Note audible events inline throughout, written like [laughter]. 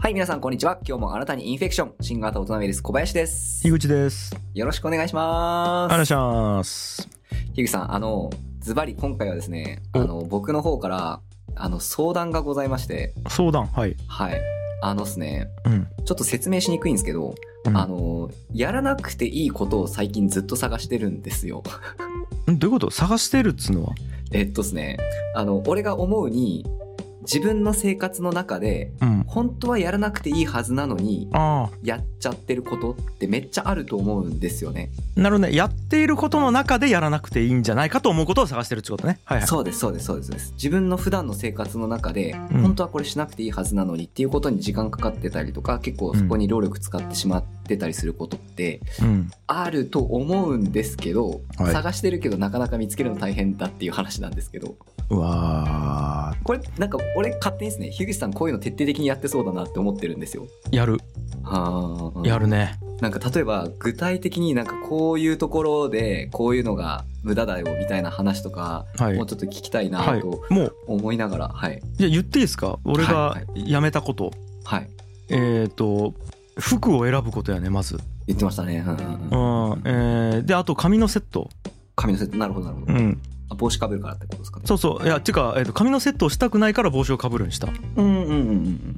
はい、皆さんこんにちは。今日もあなたにインフェクション、新型大人ウイルス小林です樋。口です。よろしくお願いしまあす。らしゃーす。樋口さん、あの、ズバリ今回はですね、あおの、僕の方から、あの、相談がございまして、相談、はい。はい。あのですね、うん。ちょっと説明しにくいんですけど、うんあの、やらなくていいことを最近ずっと探してるんですよ。 [laughs] んどういうこと探してるっつうのはえっとですね、あの、俺が思うに、自分の生活の中で、うん。本当はやらなくていいはずなのに、あやっちゃってることってめっちゃあると思うんですよね。あ。なるほどね。やっていることの中でやらなくていいんじゃないかと思うことを探してるってことね。はい [laughs] はい。そうです、そうです、そうですそうです。自分の普段の生活の中で、うん本当はこれしなくていいはずなのにっていうことに時間かかってたりとか、結構そこに労力使ってしまってたりすることって、うん。あると思うんですけど、はい探してるけどなかなか見つけるの大変だっていう話なんですけどうわこれなんか俺勝手にですね樋口さんこういうの徹底的にやってそうだなって思ってるんですよ。ー。やる。あーやるね。なんか例えば具体的になんかこういうところでこういうのが無駄だよみたいな話とかはいもう。ちょっと聞きたいは。ないともう、思いながらはいじゃあ言っていいですか俺がはいやめたこと。はいえっ、ー、と、服を選ぶことやね、まず。言ってましたね。うんうんうん。うんえー、で、あと髪のセット。髪のセットなるほどなるほうど、ん。あ帽子かぶるからってことですかね。そうそう。いや、てか、えーと、髪のセットをしたくないから帽子をかぶるんした。うんうんうんうんう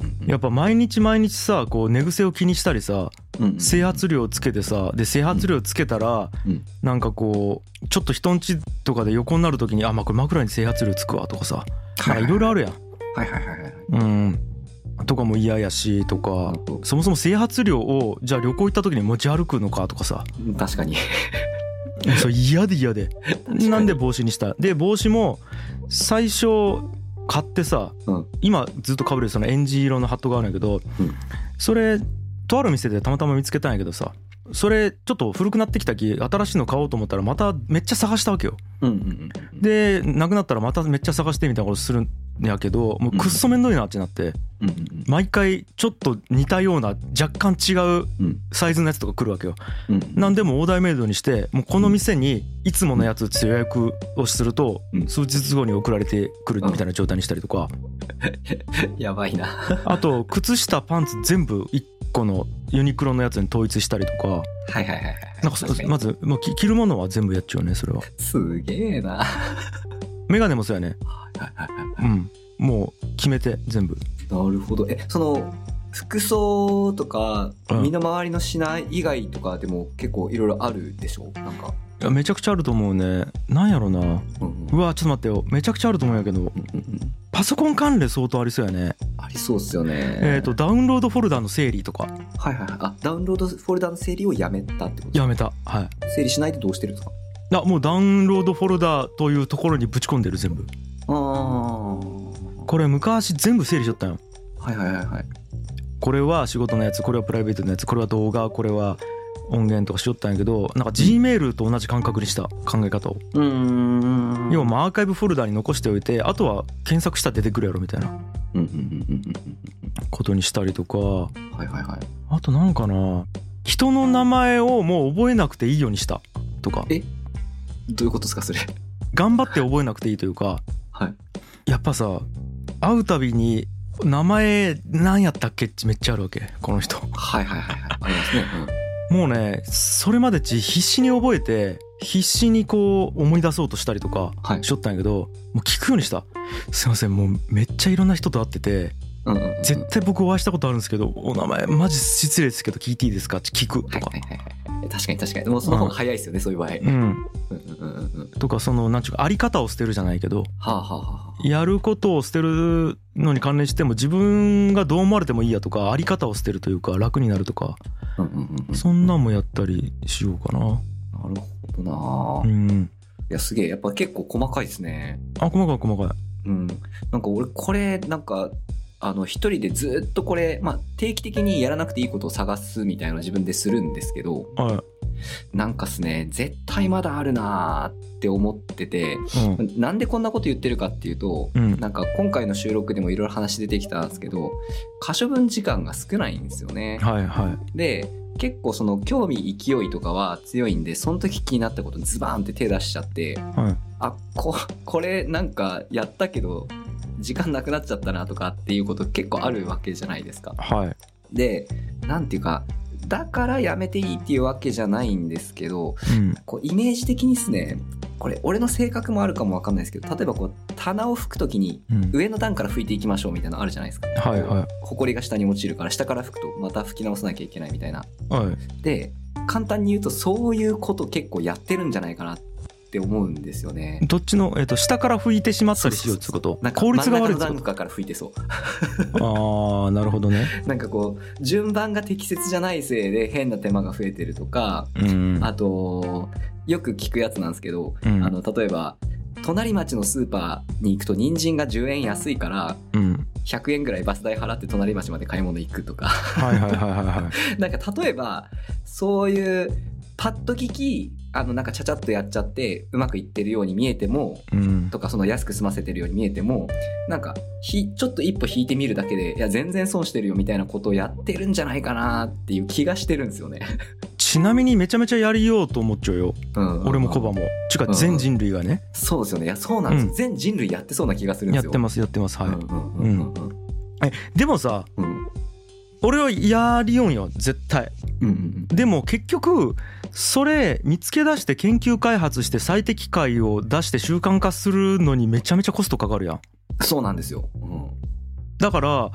んうんやっぱ毎日毎日さ、こう、寝癖を気にしたりさ、うんうん整髪料つけてさで整髪料つけたら、うんなんかこうちょっと人んちとかで横になる時にあ、まあ、これ枕に整髪料つくわとかさなんかいろいろあるやん。はいはいはいはいはいうんとかも嫌やしとかうんそもそも整髪料をじゃあ旅行行った時に持ち歩くのかとかさ確かに。 [laughs] そう嫌で嫌でかになんで帽子にしたで帽子も最初買ってさ、うん今ずっとかぶるそのエンジ色のハットがあるんやけど、うんそれとある店でたまたま見つけたんやけどさそれちょっと古くなってきたき新しいの買おうと思ったらまためっちゃ探したわけようんうんうん。でなくなったらまためっちゃ探してみたいなことするんやけどもうくっそめんどいなってなってうんうん毎回ちょっと似たような若干違ううんサイズのやつとか来るわけようんなんでもオーダーメイドにしてもうこの店にいつものやつって予約をするとうん数日後に送られてくるみたいな状態にしたりとかやばいな。あと靴下パンツ全部1個のユニクロのやつに統一したりとかはいはいはいはい。なんかそ確にまずもうき着るものは全部やっちゃうねそれはすげえな。 [laughs] はメガネもそうやねいはいはいはいうんもう決めて全部なるほど。え、その、服装とか、うん身の回りのしない以外とかでも結構いろいろあるでしょなんか。いやめちゃくちゃあると思うねなんやろなうんうんうわちょっと待ってよめちゃくちゃあると思うんやけどうんうんうんパソコン関連相当ありそうやねありそうっすよね。えっと。ダウンロードフォルダの整理とかはいはいはい。あ、ダウンロードフォルダの整理をやめたってことやめたはい整理しないでどうしてるんですかあもうダウンロードフォルダというところにぶち込んでる全部あーこれ昔全部整理しとったんよはいはいはいはい。これは仕事のやつこれはプライベートのやつこれは動画これは音源とかしとったんやけどなんか G メールと同じ感覚にした考え方をうーん。要はまあアーカイブフォルダに残しておいてあとは検索したら出てくるやろみたいなうんうんうんうんうんことにしたりとかうん。はいはいはい。あとなんかな人の名前をもう覚えなくていいようにしたとかえどういうことですかそれ。頑張って覚えなくていいというかはい。やっぱさ会うたびに名前何やったっけってめっちゃあるわけこの人はいはいはいはい。ありますね。もうねそれまでち必死に覚えて必死にこう思い出そうとしたりとかはいし。とったんやけどもう聞くようにしたすいませんもうめっちゃいろんな人と会っててうんうんうんうん絶対僕お会いしたことあるんですけどお名前マジ失礼ですけど聞いていいですかって聞くとかはいはいはいはい。確かに確かに。もうその方が早いですよね、そういう場合。うんうんうんうんうん。とかそのなんちゅうかあり方を捨てるじゃないけどはあはあはあはやることを捨てるのに関連しても自分がどう思われてもいいやとかあり方を捨てるというか楽になるとかあ。うんうんうんうん。そんなんもやったりしようかななるほどなうぁ。いんや、すげえ。やっぱ結構細かいですね。あ細かい細かいうん。なんか俺、これ、なんか、あの、一人でずっとこれ、まあ、定期的にやらなくていいことを探すみたいなの自分でするんですけど、はなんかっすね、絶対まだあるなぁって思ってて、いうんなんでこんなこと言ってるかっていうと、うんなんか今回の収録でもいろいろ話出てきたんですけど、可処分時間が少ないんですよね。はいはで結構その興味勢いとかは強いんでその時気になったことにズバーンって手出しちゃっていはいあここれなんかやったけど時間なくなっちゃったなとかっていうこと結構あるわけじゃないですか。はいでなんていうかだからやめていいっていうわけじゃないんですけどうんこうイメージ的にですねこれ俺の性格もあるかもわかんないですけど例えばこう棚を拭くときにうん上の段から拭いていきましょうみたいなのあるじゃないですか。はいはほこりが下に落ちるから下から拭くとまた拭き直さなきゃいけないみたいな。いはいで簡単に言うとそういうこと結構やってるんじゃないかなって思うんですよね。どっちの、えっと下から拭いてしまったりしようってことなんか効率が悪真いっん中ての段階から吹いてそう [laughs] ことああなるほどねなんかこう順番が適切じゃないせいで変な手間が増えてるとかうんあとよく聞くやつなんですけど、うんあの例えば隣町のスーパーに行くと人参が10円安いからうん100円ぐらいバス代払って隣町まで買い物行くとか [laughs] はいはいはいはいはいなんか例えばそういうパッと聞きあのなんかちゃちゃっとやっちゃってうまくいってるように見えてもうんとかその安く済ませてるように見えてもなんかひちょっと一歩引いてみるだけでいや全然損してるよみたいなことをやってるんじゃないかなっていう気がしてるんですよね。 [laughs] ちなみにめちゃめちゃやりようと思っちゃうようん、俺もコバもちゅううかん全人類がねそうですよねいやそうなんですよ、うん全人類やってそうな気がするんでやっすよ。てまますやってますはいうんうんうんうんでもさうんうん俺はやりよんよ絶対うんうんでも結局それ見つけ出して研究開発して最適解を出して習慣化するのにめちゃめちゃコストかかるやんそうなんですよ。うんだから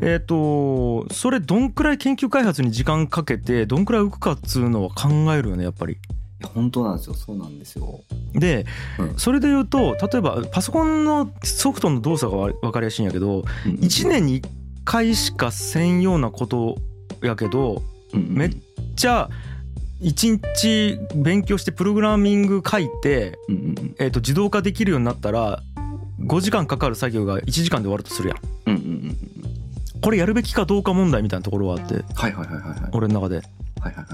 えっ、とそれどんくらい研究開発に時間かけてどんくらい浮くかっつうのは考えるよねやっぱりいや本当なんですよそうなんですよ。で、うんそれで言うと例えばパソコンのソフトの動作がわ分かりやすいんやけど1年に1回しかせんようなことやけどめっじゃあ1日勉強してプログラミング書いて、うんうんうんえー、と自動化できるようになったら5時間かかる作業が1時間で終わるとするやんうんうんうんうんこれやるべきかどうか問題みたいなところはあってはいはいはいはいはい俺の中で。はいはいはい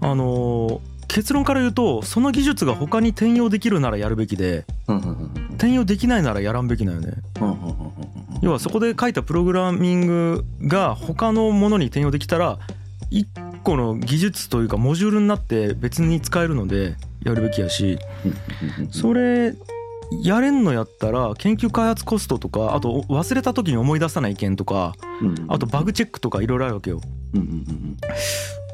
あのー結論から言うとその技術が他に転用できるならやるべきでうんうんうんうん転用できないならやらんべきなんよねうんうんうんうんうん要はそこで書いたプログラミングが他のものに転用できたら1個の技術というかモジュールになって別に使えるのでやるべきやしうんうんそれやれんのやったら研究開発コストとかあと忘れた時に思い出さない件とかうんうんあとバグチェックとかいろいろあるわけようんうんうんうん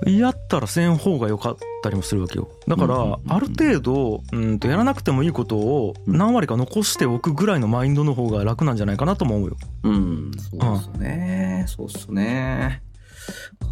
やったらせん方が良かったりもするわけよだかうんうんらうんある程度うんとやらなくてもいいことを何割か残しておくぐらいのマインドの方が楽なんじゃないかなとも思うようん、そうっすね。そうっすね。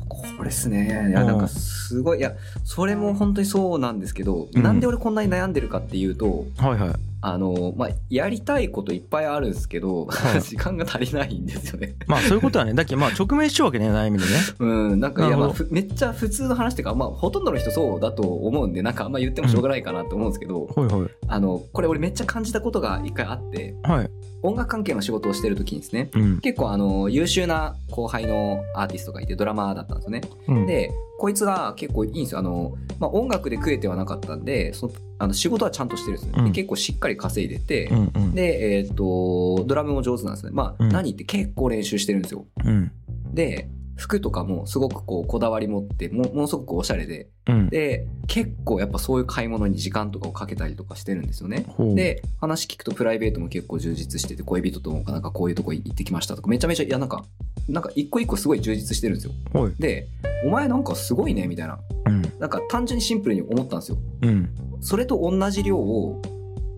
これっすね。いや、うんなんかすごい、いや、それも本当にそうなんですけど、うんなんで俺こんなに悩んでるかっていうと、はいはいあの、まあ、やりたいこといっぱいあるんですけど、は [laughs] い時間が足りないんですよね。まあそういうことはねだっけまあ直面しちゃうわけね悩みでねうん、なんか、いや、まあ、なるほふめっちゃ普通の話っていうか、まあ、ほとんどの人そうだと思うんで、なんかあんま言ってもしょうがないかなと思うんですけど、はいはいあの、これ俺めっちゃ感じたことが一回あって、はい音楽関係の仕事をしてる時にですね、うん結構あの優秀な後輩のアーティストがいてドラマーだったんですよね。うんでこいつが結構いいんですよあの、まあ、音楽で食えてはなかったんでそのあの仕事はちゃんとしてるんですね、でうん結構しっかり稼いでて、うんうんでえっ、とドラムも上手なんですねまあ、うん何って結構練習してるんですようんで服とかもすごくこうこだわり持ってもものすごくおしゃれでうんで結構やっぱそういう買い物に時間とかをかけたりとかしてるんですよねほうで話聞くとプライベートも結構充実してて恋人ともなんかこういうとこ行ってきましたとかめちゃめちゃいやなんかなんか一個一個すごい充実してるんですよはいでお前なんかすごいねみたいなうんなんか単純にシンプルに思ったんですようんそれと同じ量を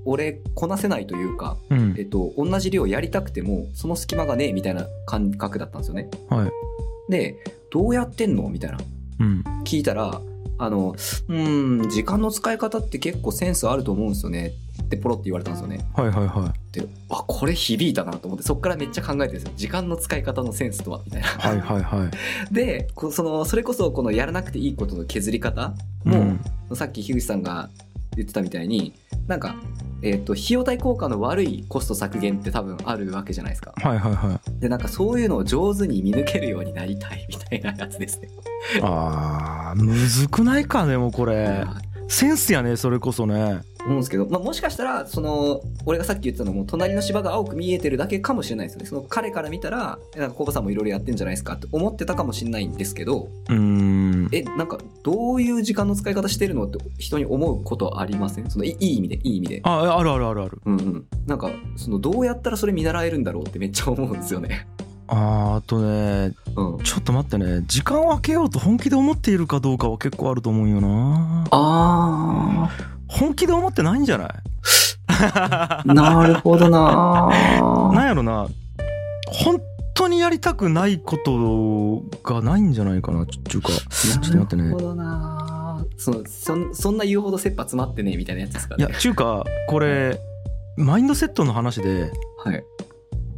俺こなせないというか、うんえっと、同じ量やりたくてもその隙間がねえみたいな感覚だったんですよねはいでどうやってんのみたいなうん聞いたらあのうーん時間の使い方って結構センスあると思うんですよねってポロって言われたんですよねはいはいはであこれ響いたなと思ってそっからめっちゃ考えてるんですよ時間の使い方のセンスとはみたいな。いはいはいはい [laughs] でこそのそれこそこのやらなくていいことの削り方も、さっき樋口さんが言ってたみたいになんか、えー、と費用対効果の悪いコスト削減って多分あるわけじゃないですか。はいはいはいでなんかそういうのを上手に見抜けるようになりたいみたいなやつですね。あーむずくないかでもこれいやセンスやねそれこそね思うんですけど、まあ、もしかしたらその俺がさっき言ってたのも隣の芝が青く見えてるだけかもしれないですよねその彼から見たらえなんかコバさんもいろいろやってんじゃないですかって思ってたかもしれないんですけどうーんえなんかどういう時間の使い方してるのって人に思うことありませんそのいいい意味でいい意味で。ああるあるあるあるうんうん、なんかそのどうやったらそれ見習えるんだろうってめっちゃ思うんですよね。あーあとねうん、ちょっと待ってね時間を空けようと本気で思っているかどうかは結構あると思うよなあ本気で思ってないんじゃ [laughs] ないなるほど [laughs] ななんやろな本当にやりたくないことがないんじゃないかなちょちゅうかちょっと待ってなるねほどなそのそんそんな言うほど切羽詰まってねみたいなやつですかいねやちゅうかこれマインドセットの話ではい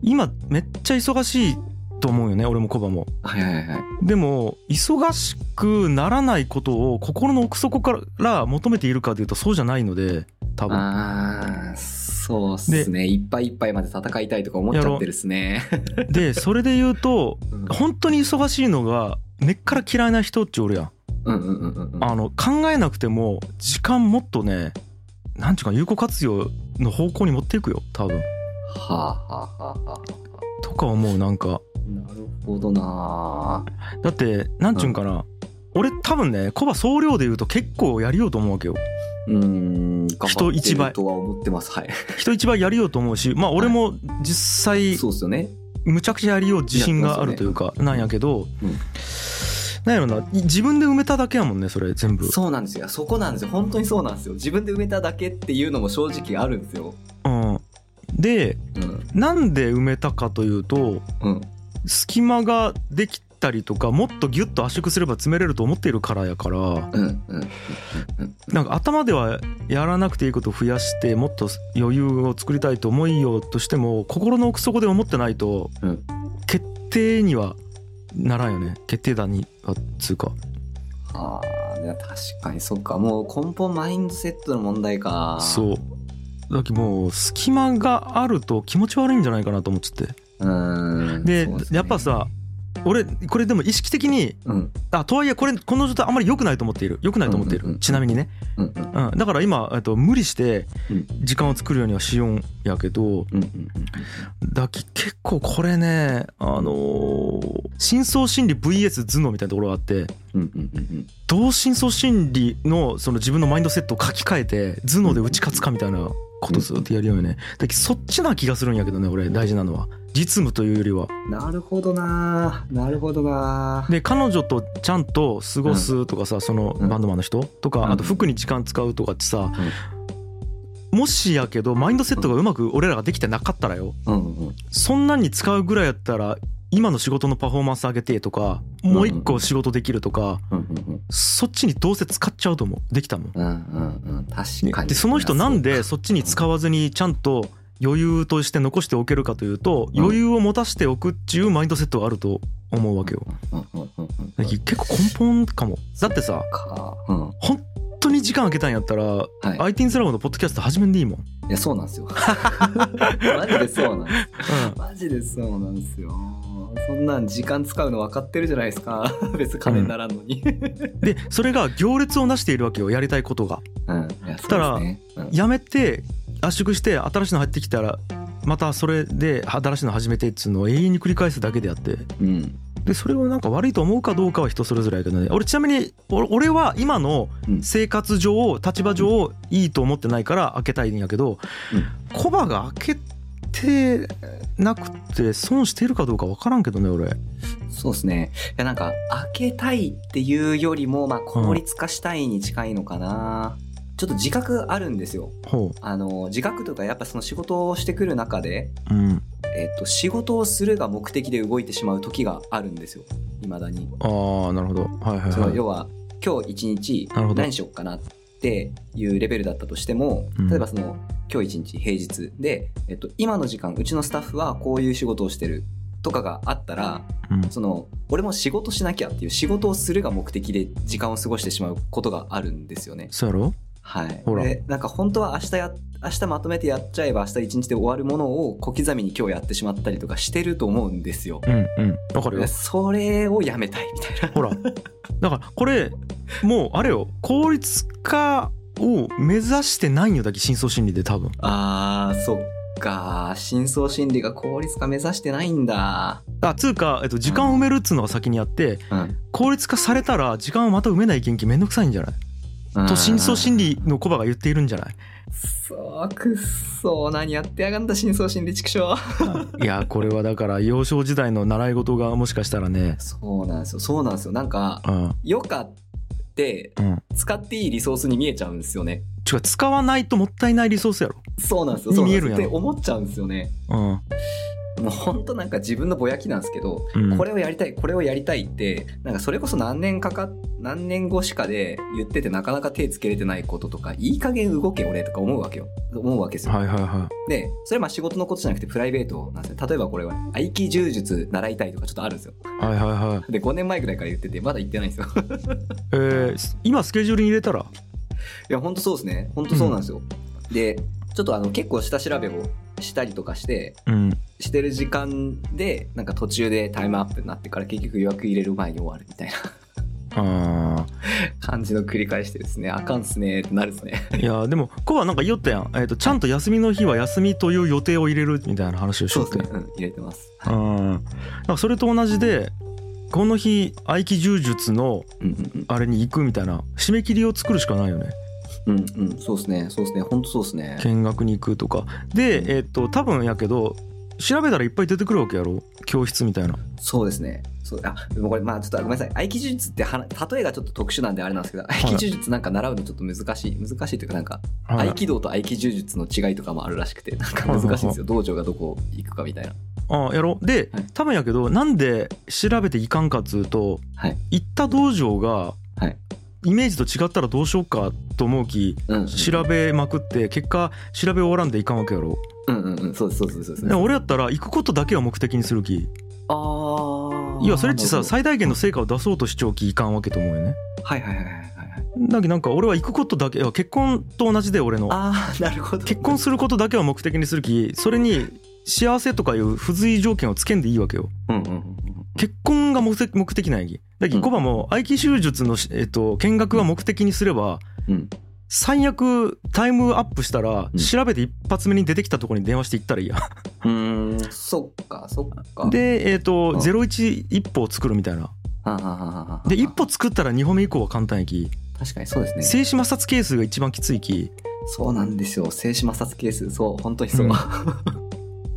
今めっちゃ忙しいと思うよね俺もコバもはいはいはいでも忙しくならないことを心の奥底から求めているかというとそうじゃないので多分あーそうっすねいっぱいいっぱいまで戦いたいとか思っちゃってるっすねでそれで言うとうん本当に忙しいのが根っから嫌いな人っちおるやんうんうんうんうんうんあの考えなくても時間もっとねなんちゅうか有効活用の方向に持っていくよ多分はあはあはあはあとか思うなんかなるほどなだってなんちゅうんかな、俺多分ねコバ総量で言うと結構やりようと思うわけようーん頑張人って一倍るとは思ってますはい人一倍やりようと思うしまあ俺も実際そうっすよねむちゃくちゃやりよう自信があるというかなんやけど、うんなんやろない自分で埋めただけやもんねそれ全部そうなんですよそこなんですよ本当にそうなんですよ自分で埋めただけっていうのも正直あるんですようんでうんなんで埋めたかというとうん隙間ができたりとかもっとギュッと圧縮すれば詰めれると思っているからやからうんうんなんか頭ではやらなくていいことを増やしてもっと余裕を作りたいと思いようとしても心の奥底で思ってないとうん決定にはならんよね決定打にはつうかああ確かにそっかもう根本マインドセットの問題かうそうだけどもう隙間があると気持ち悪いんじゃないかなと思っちゃってうーんでそうすねやっぱさ俺これでも意識的にうんうんあとはいえこれこの状態あんまり良くないと思っている良くないと思っていうんうんうるんちなみにね、うんうん、だから今、えっと、無理してうん時間を作るようにはしようんやけどうんうんだけ結構これねあのー深層心理 VS 頭脳みたいなところがあってうんうんうんうんどう深層心理のその自分のマインドセットを書き換えて頭脳で打ち勝つかみたいなことずっとやるようにねだけどそっちな気がするんやけどね俺大事なのは実務というよりはうんなるほどななるほどなで彼女とちゃんと過ごすとかさ、そのうんバンドマンの人とか、うんあと服に時間使うとかってさ、もしやけどマインドセットがうまく俺らができてなかったらようんうんそんなんに使うぐらいやったら今の仕事のパフォーマンス上げてとかもう一個仕事できるとか、うんうんそっちにどうせ使っちゃうと思うできたもん。うんうんうんうん確かにでその人なんでそっちに使わずにちゃんと余裕として残しておけるかというとうん余裕を持たしておくっていうマインドセットがあると思うわけよ。うんうんうんうんだけど結構根本かも。だってさかうんは本当に時間空けたんやったらい i t ンスラボのポッドキャスト始めんでいいもん。いやそうなん [laughs] ですよマジでそうなんですうマジでそうなんですよ。そんなん時間使うの分かってるじゃないですか。 [laughs] 別に金にならんのに。ん、でそれが行列をなしているわけよやりたいことが。うん。 [laughs] いやたそらうですねやめて圧縮して新しいの入ってきたらまたそれで新しいの始めてっつうのを永遠に繰り返すだけであってうんうん。でそれをなんか悪いと思うかどうかは人それぞれやけどね俺ちなみにお俺は今のうん生活上立場上いいと思ってないから開けたいんやけど、うんコバが開けてなくて損しているかどうか分からんけどね俺そうですね。いや、なんか、開けたいっていうよりも、まあ、効率化したいに近いのかな。ちょっと自覚あるんですよ。ほあの、自覚とか、やっぱその仕事をしてくる中で、ううんえっと、仕事をするが目的で動いてしまう時があるんですよ。未だに。ああなるほどはいはいそのはい要は今日一日なるほど何しよっかなっていうレベルだったとしてもうん例えばその今日一日平日で、えっと、今の時間うちのスタッフはこういう仕事をしてるとかがあったらうんその俺も仕事しなきゃっていう仕事をするが目的で時間を過ごしてしまうことがあるんですよね。そうやろはい、ほらでなんか本当は明日や明日まとめてやっちゃえば明日一日で終わるものを小刻みに今日やってしまったりとかしてると思うんですよ。うんうんわかるよそれをやめたいみたいな。 [laughs] ほらだからこれもうあれよ効率化を目指してないよだけ深層心理で多分あー、そっか。深層心理が効率化目指してないんだ。あつうか、えっと、時間を埋めるっつうのが先にあってうん。効率化されたら時間をまた埋めない元気めんどくさいんじゃないうんと深層心理のコバが言っているんじゃないくそーくっそー何やってやがんだ深層心理畜生 [laughs] いやこれはだから幼少時代の習い事がもしかしたらねそうなんですよそうなんですよなんかうん余暇ってうん使っていいリソースに見えちゃうんですよねちゅうか使わないともったいないリソースやろそうなんですよそうなんですよに見えるやんって思っちゃうんですよねうんもうほんとなんか自分のぼやきなんですけど、うんこれをやりたいこれをやりたいってなんかそれこそ何年かか何年後しかで言っててなかなか手つけれてないこととかいい加減動け俺とか思うわけよ思うわけですよ、はいはいはでそれはまあ仕事のことじゃなくてプライベートなんですね例えばこれは合気柔術習いたいとかちょっとあるんですよいはいはいはいで5年前ぐらいから言っててまだ言ってないんですよ [laughs] えー今スケジュールに入れたらいやほんとそうですねほんとそうなんですよ、でちょっとあの結構下調べをしたりとかしてうんしてる時間でなんか途中でタイムアップになってから結局予約入れる前に終わるみたいなあ感じの繰り返してですねあかんっすねってなるっすねーいやでもコバなんか言おったやん、えー、とちゃんと休みの日は休みという予定を入れるみたいな話をしそようっでてすね、うん、入れてますうん、だからそれと同じでこの日合気柔術のうんうんあれに行くみたいな締め切りを作るしかないよねうんうんうんそうですねそうですねほんとそうですね見学に行くとかでえっ、と多分やけど調べたらいっぱい出てくるわけやろ教室みたいなそうですね。そうあでもこれ、まあ、ちょっとごめんなさい。合気柔術ってはな例えがちょっと特殊なんであれなんですけど、合気柔術なんか習うのちょっと難しい、難しいというか、なんか、はい合気道と合気柔術の違いとかもあるらしくて、なんか難しいんですよ。道場がどこ行くかみたいな。あやろではい多分やけどなんで調べていかんかっつうと、はい行った道場が、はいイメージと違ったらどうしようかと思うきうん。調べまくって結果調べ終わらんでいかんわけやろうんうんうん。そうです、そうです、そうです。で俺やったら行くことだけを目的にするきああ。いやそれっちなさるほど最大限の成果を出そうとしちゃうきいかんわけと思うよねはいはいはいはいはい。だけどなんか俺は行くことだけいや結婚と同じで俺のあ [laughs] あ、なるほど。結婚することだけを目的にするきそれに幸せとかいう付随条件をつけんでいいわけようんうんうんうん。結婚が目的目的なんやきうだけどんコバも愛機手術のし、えっと、見学は目的にすればうん、最悪タイムアップしたらうん調べて一発目に出てきたところに電話して行ったらいいやうーんそっかそっかでえっとうん01一歩を作るみたいなはんはんはんはんはんで一歩作ったら2歩目以降は簡単やき確かにそうですね静止摩擦係数が一番きついきそうなんですよ静止摩擦係数そう本当にそう、うん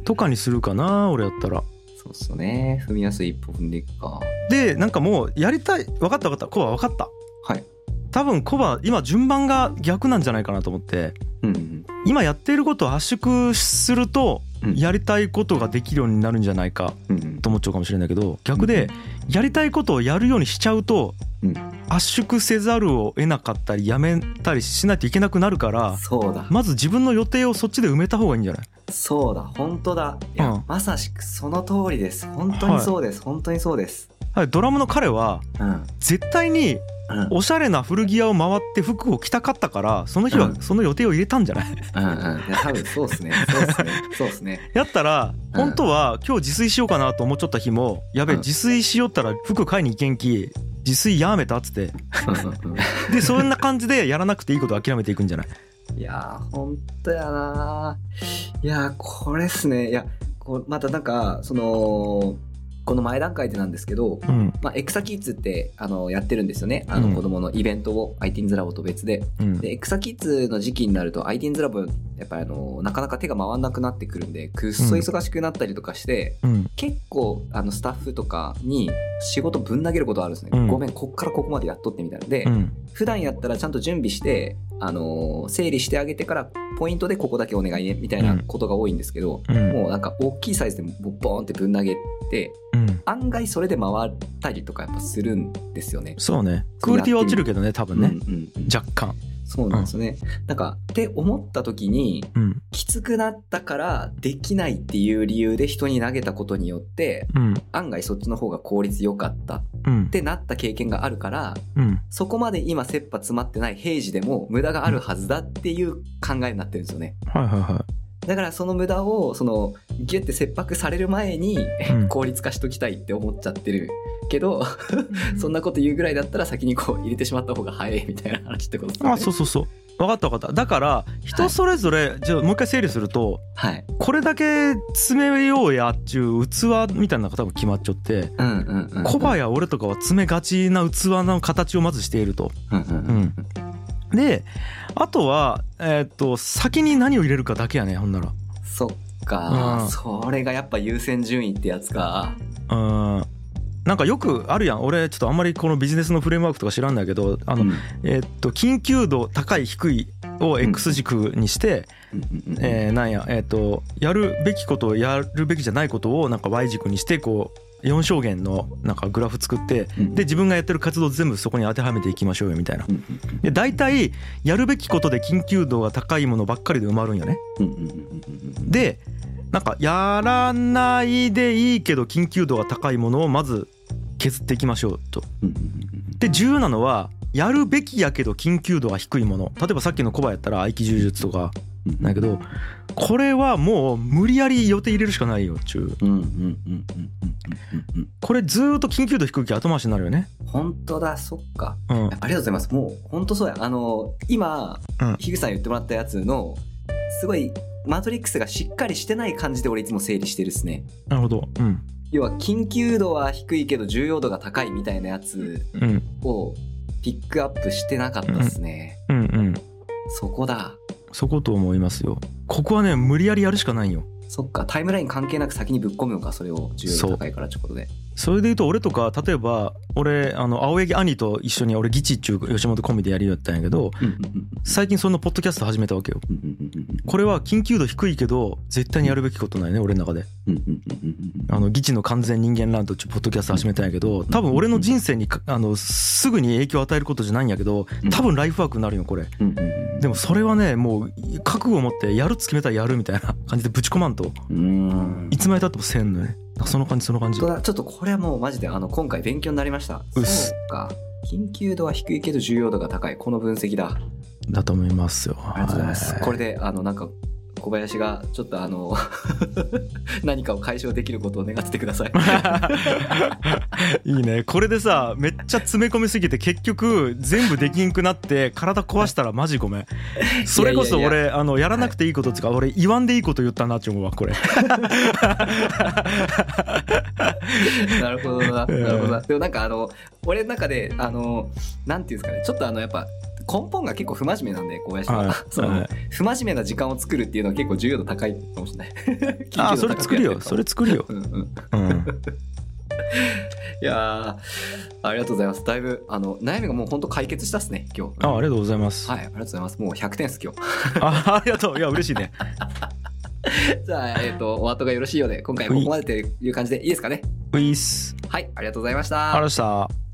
とかにするかな俺やったらそうっすよね。踏みやすい一歩踏んでいくか。でなんかもうやりたい分かった分かったコバ分かったはい。多分コバ今順番が逆なんじゃないかなと思ってうんうん。今やっていることを圧縮するとうんやりたいことができるようになるんじゃないかうんうん。と思っちゃうかもしれないけど逆でやりたいことをやるようにしちゃうとうん圧縮せざるを得なかったりやめたりしないといけなくなるからそうだ。まず自分の予定をそっちで埋めた方がいいんじゃないそうだ。本当だ。いや、うんまさしくその通りです。本当にそうです。本当にそうです。はいドラムの彼はうん。絶対にうん。うんおしゃれな古着屋を回って服を着たかったからその日はうんその予定を入れたんじゃない [laughs] うん。いや多分そうですね。そうですね。そうですね。やったらうん本当は今日自炊しようかなと思っちゃった日もやべえうん自炊しよったら服買いに行けんき自炊やめたっつってうんうん [laughs] うでそんな感じでやらなくていいことを諦めていくんじゃないんいやー、本当やなー。いやー、これっすね。いや、こうまたなんか、その、この前段階でなんですけど、うんまあ、エクサキッズってあのやってるんですよね。あのうん子供のイベントを、アイティンズラボと別で。うんで、エクサキッズの時期になると、アイティンズラボ、やっぱりあの、なかなか手が回んなくなってくるんで、くっそ忙しくなったりとかして、うん結構、あの、スタッフとかに仕事ぶん投げることあるんですね。うんごめん、こっからここまでやっとってみたいな。で、うん普段やったらちゃんと準備して、あのー整理してあげてから、ポイントでここだけお願いね、みたいなことが多いんですけど、うんもうなんか大きいサイズでボボーンってぶん投げて、うん案外それで回ったりとかやっぱするんですよね。そうねクオリティは落ちるけどね多分ねうんうんうん若干そうなんですよね。なんか、って思った時に、うんきつくなったからできないっていう理由で人に投げたことによって、うん案外そっちの方が効率良かったっうんてなった経験があるから、うんそこまで今切羽詰まってない平時でも無駄があるはずだっていう考えになってるんですよね。はいはいはだからその無駄を、その、ギュって切迫される前にうん効率化しときたいって思っちゃってるけど、そんなこと言うぐらいだったら先にこう入れてしまった方が早いみたいな話ってことですいね。あそうそうそう分かった分かっただから人それぞれ、じゃあもう一回整理するとはい。これだけ詰めようやっちゅう器みたいなのが多分決まっちゃってうんうんうん。コバや俺とかは詰めがちな器の形をまずしていると。うんうんうん。であとは、えーっと先に何を入れるかだけやねほんなら。そっか、うんそれがやっぱ優先順位ってやつか。うんなんかよくあるやん俺ちょっとあんまりこのビジネスのフレームワークとか知らんだけどあの、うんえーっと緊急度高い低いを X 軸にして、うんうんえーなんや、えーっとやるべきことをやるべきじゃないことをなんか Y 軸にしてこう4象限のなんかグラフ作ってうんで自分がやってる活動全部そこに当てはめていきましょうよみたいな。うんで大体やるべきことで緊急度が高いものばっかりで埋まるんよね。うんうんうんうんうんうん、でなんかやらないでいいけど緊急度が高いものをまず削っていきましょうと。うんうんうんで重要なのはやるべきやけど緊急度が低いもの例えばさっきのコバやったら合気柔術とかうんうんだけどこれはもう無理やり予定入れるしかないよっちゅううんうんうんうんうんうんうんこれずーっと緊急度低いけ後回しになるよね。本当だそっかうん、ありうんがとうございますもう本当そうやあの今うん樋口さん言ってもらったやつのすごいマトリックスがしっかりしてない感じで俺いつも整理してるっすねなるほど。うん要は緊急度は低いけど重要度が高いみたいなやつうんをピックアップしてなかったっすね、うんうんそこだそこと思いますよ。ここはね無理やりやるしかないよ。そっかタイムライン関係なく先にぶっ込むのかそれを重要度高いからってことでそれで言うと俺とか例えば俺あの青柳兄と一緒に俺ギチっちゅう吉本コンビでやりよったんやけどうんうん最近そのポッドキャスト始めたわけようんうんうんこれは緊急度低いけど絶対にやるべきことないね俺の中でうんうんうんうんあのギチの完全人間ランドっちゅうポッドキャスト始めたんやけど多分俺の人生にかあのすぐに影響を与えることじゃないんやけど多分ライフワークになるよこれうんうんでもそれはねもう覚悟を持ってやるっつ決めたらやるみたいな [laughs] 感じでぶち込まんとうんいつまでたってもせんのねその感じその感じ本当だちょっとこれはもうマジであの今回勉強になりましたうっすそうか緊急度は低いけど重要度が高いこの分析だだと思いますよありがとうございますこれであのなんか小林がちょっとあの [laughs] 何かを解消できることを願っててくださ [laughs] い [laughs] いいねこれでさめっちゃ詰め込みすぎて結局全部できんくなって体壊したらマジごめんそれこそい俺やいやあのやらなくていいことっつうか、俺言わんでいいこと言ったなって思うわこれなるほどななるほどなでもなんかあの俺の中であのなんていうんですかねちょっとあのやっぱ根本が結構不真面目なんで小林は、はい [laughs] そのはい不真面目な時間を作るっていうのは結構重要度高いかもしれない [laughs] 緊急度あそ高れく作るよそれ作るよ、うんうんうん、いやーありがとうございますだいぶあの悩みがもう本当解決したっすね今日あありがとうございます、はいありがとうございますもう100点っす今日あありがとういや嬉しいね [laughs] じゃあえっ、とお後がよろしいようで今回はここまでという感じでいいですかねウィースはいありがとうございましありがとうございました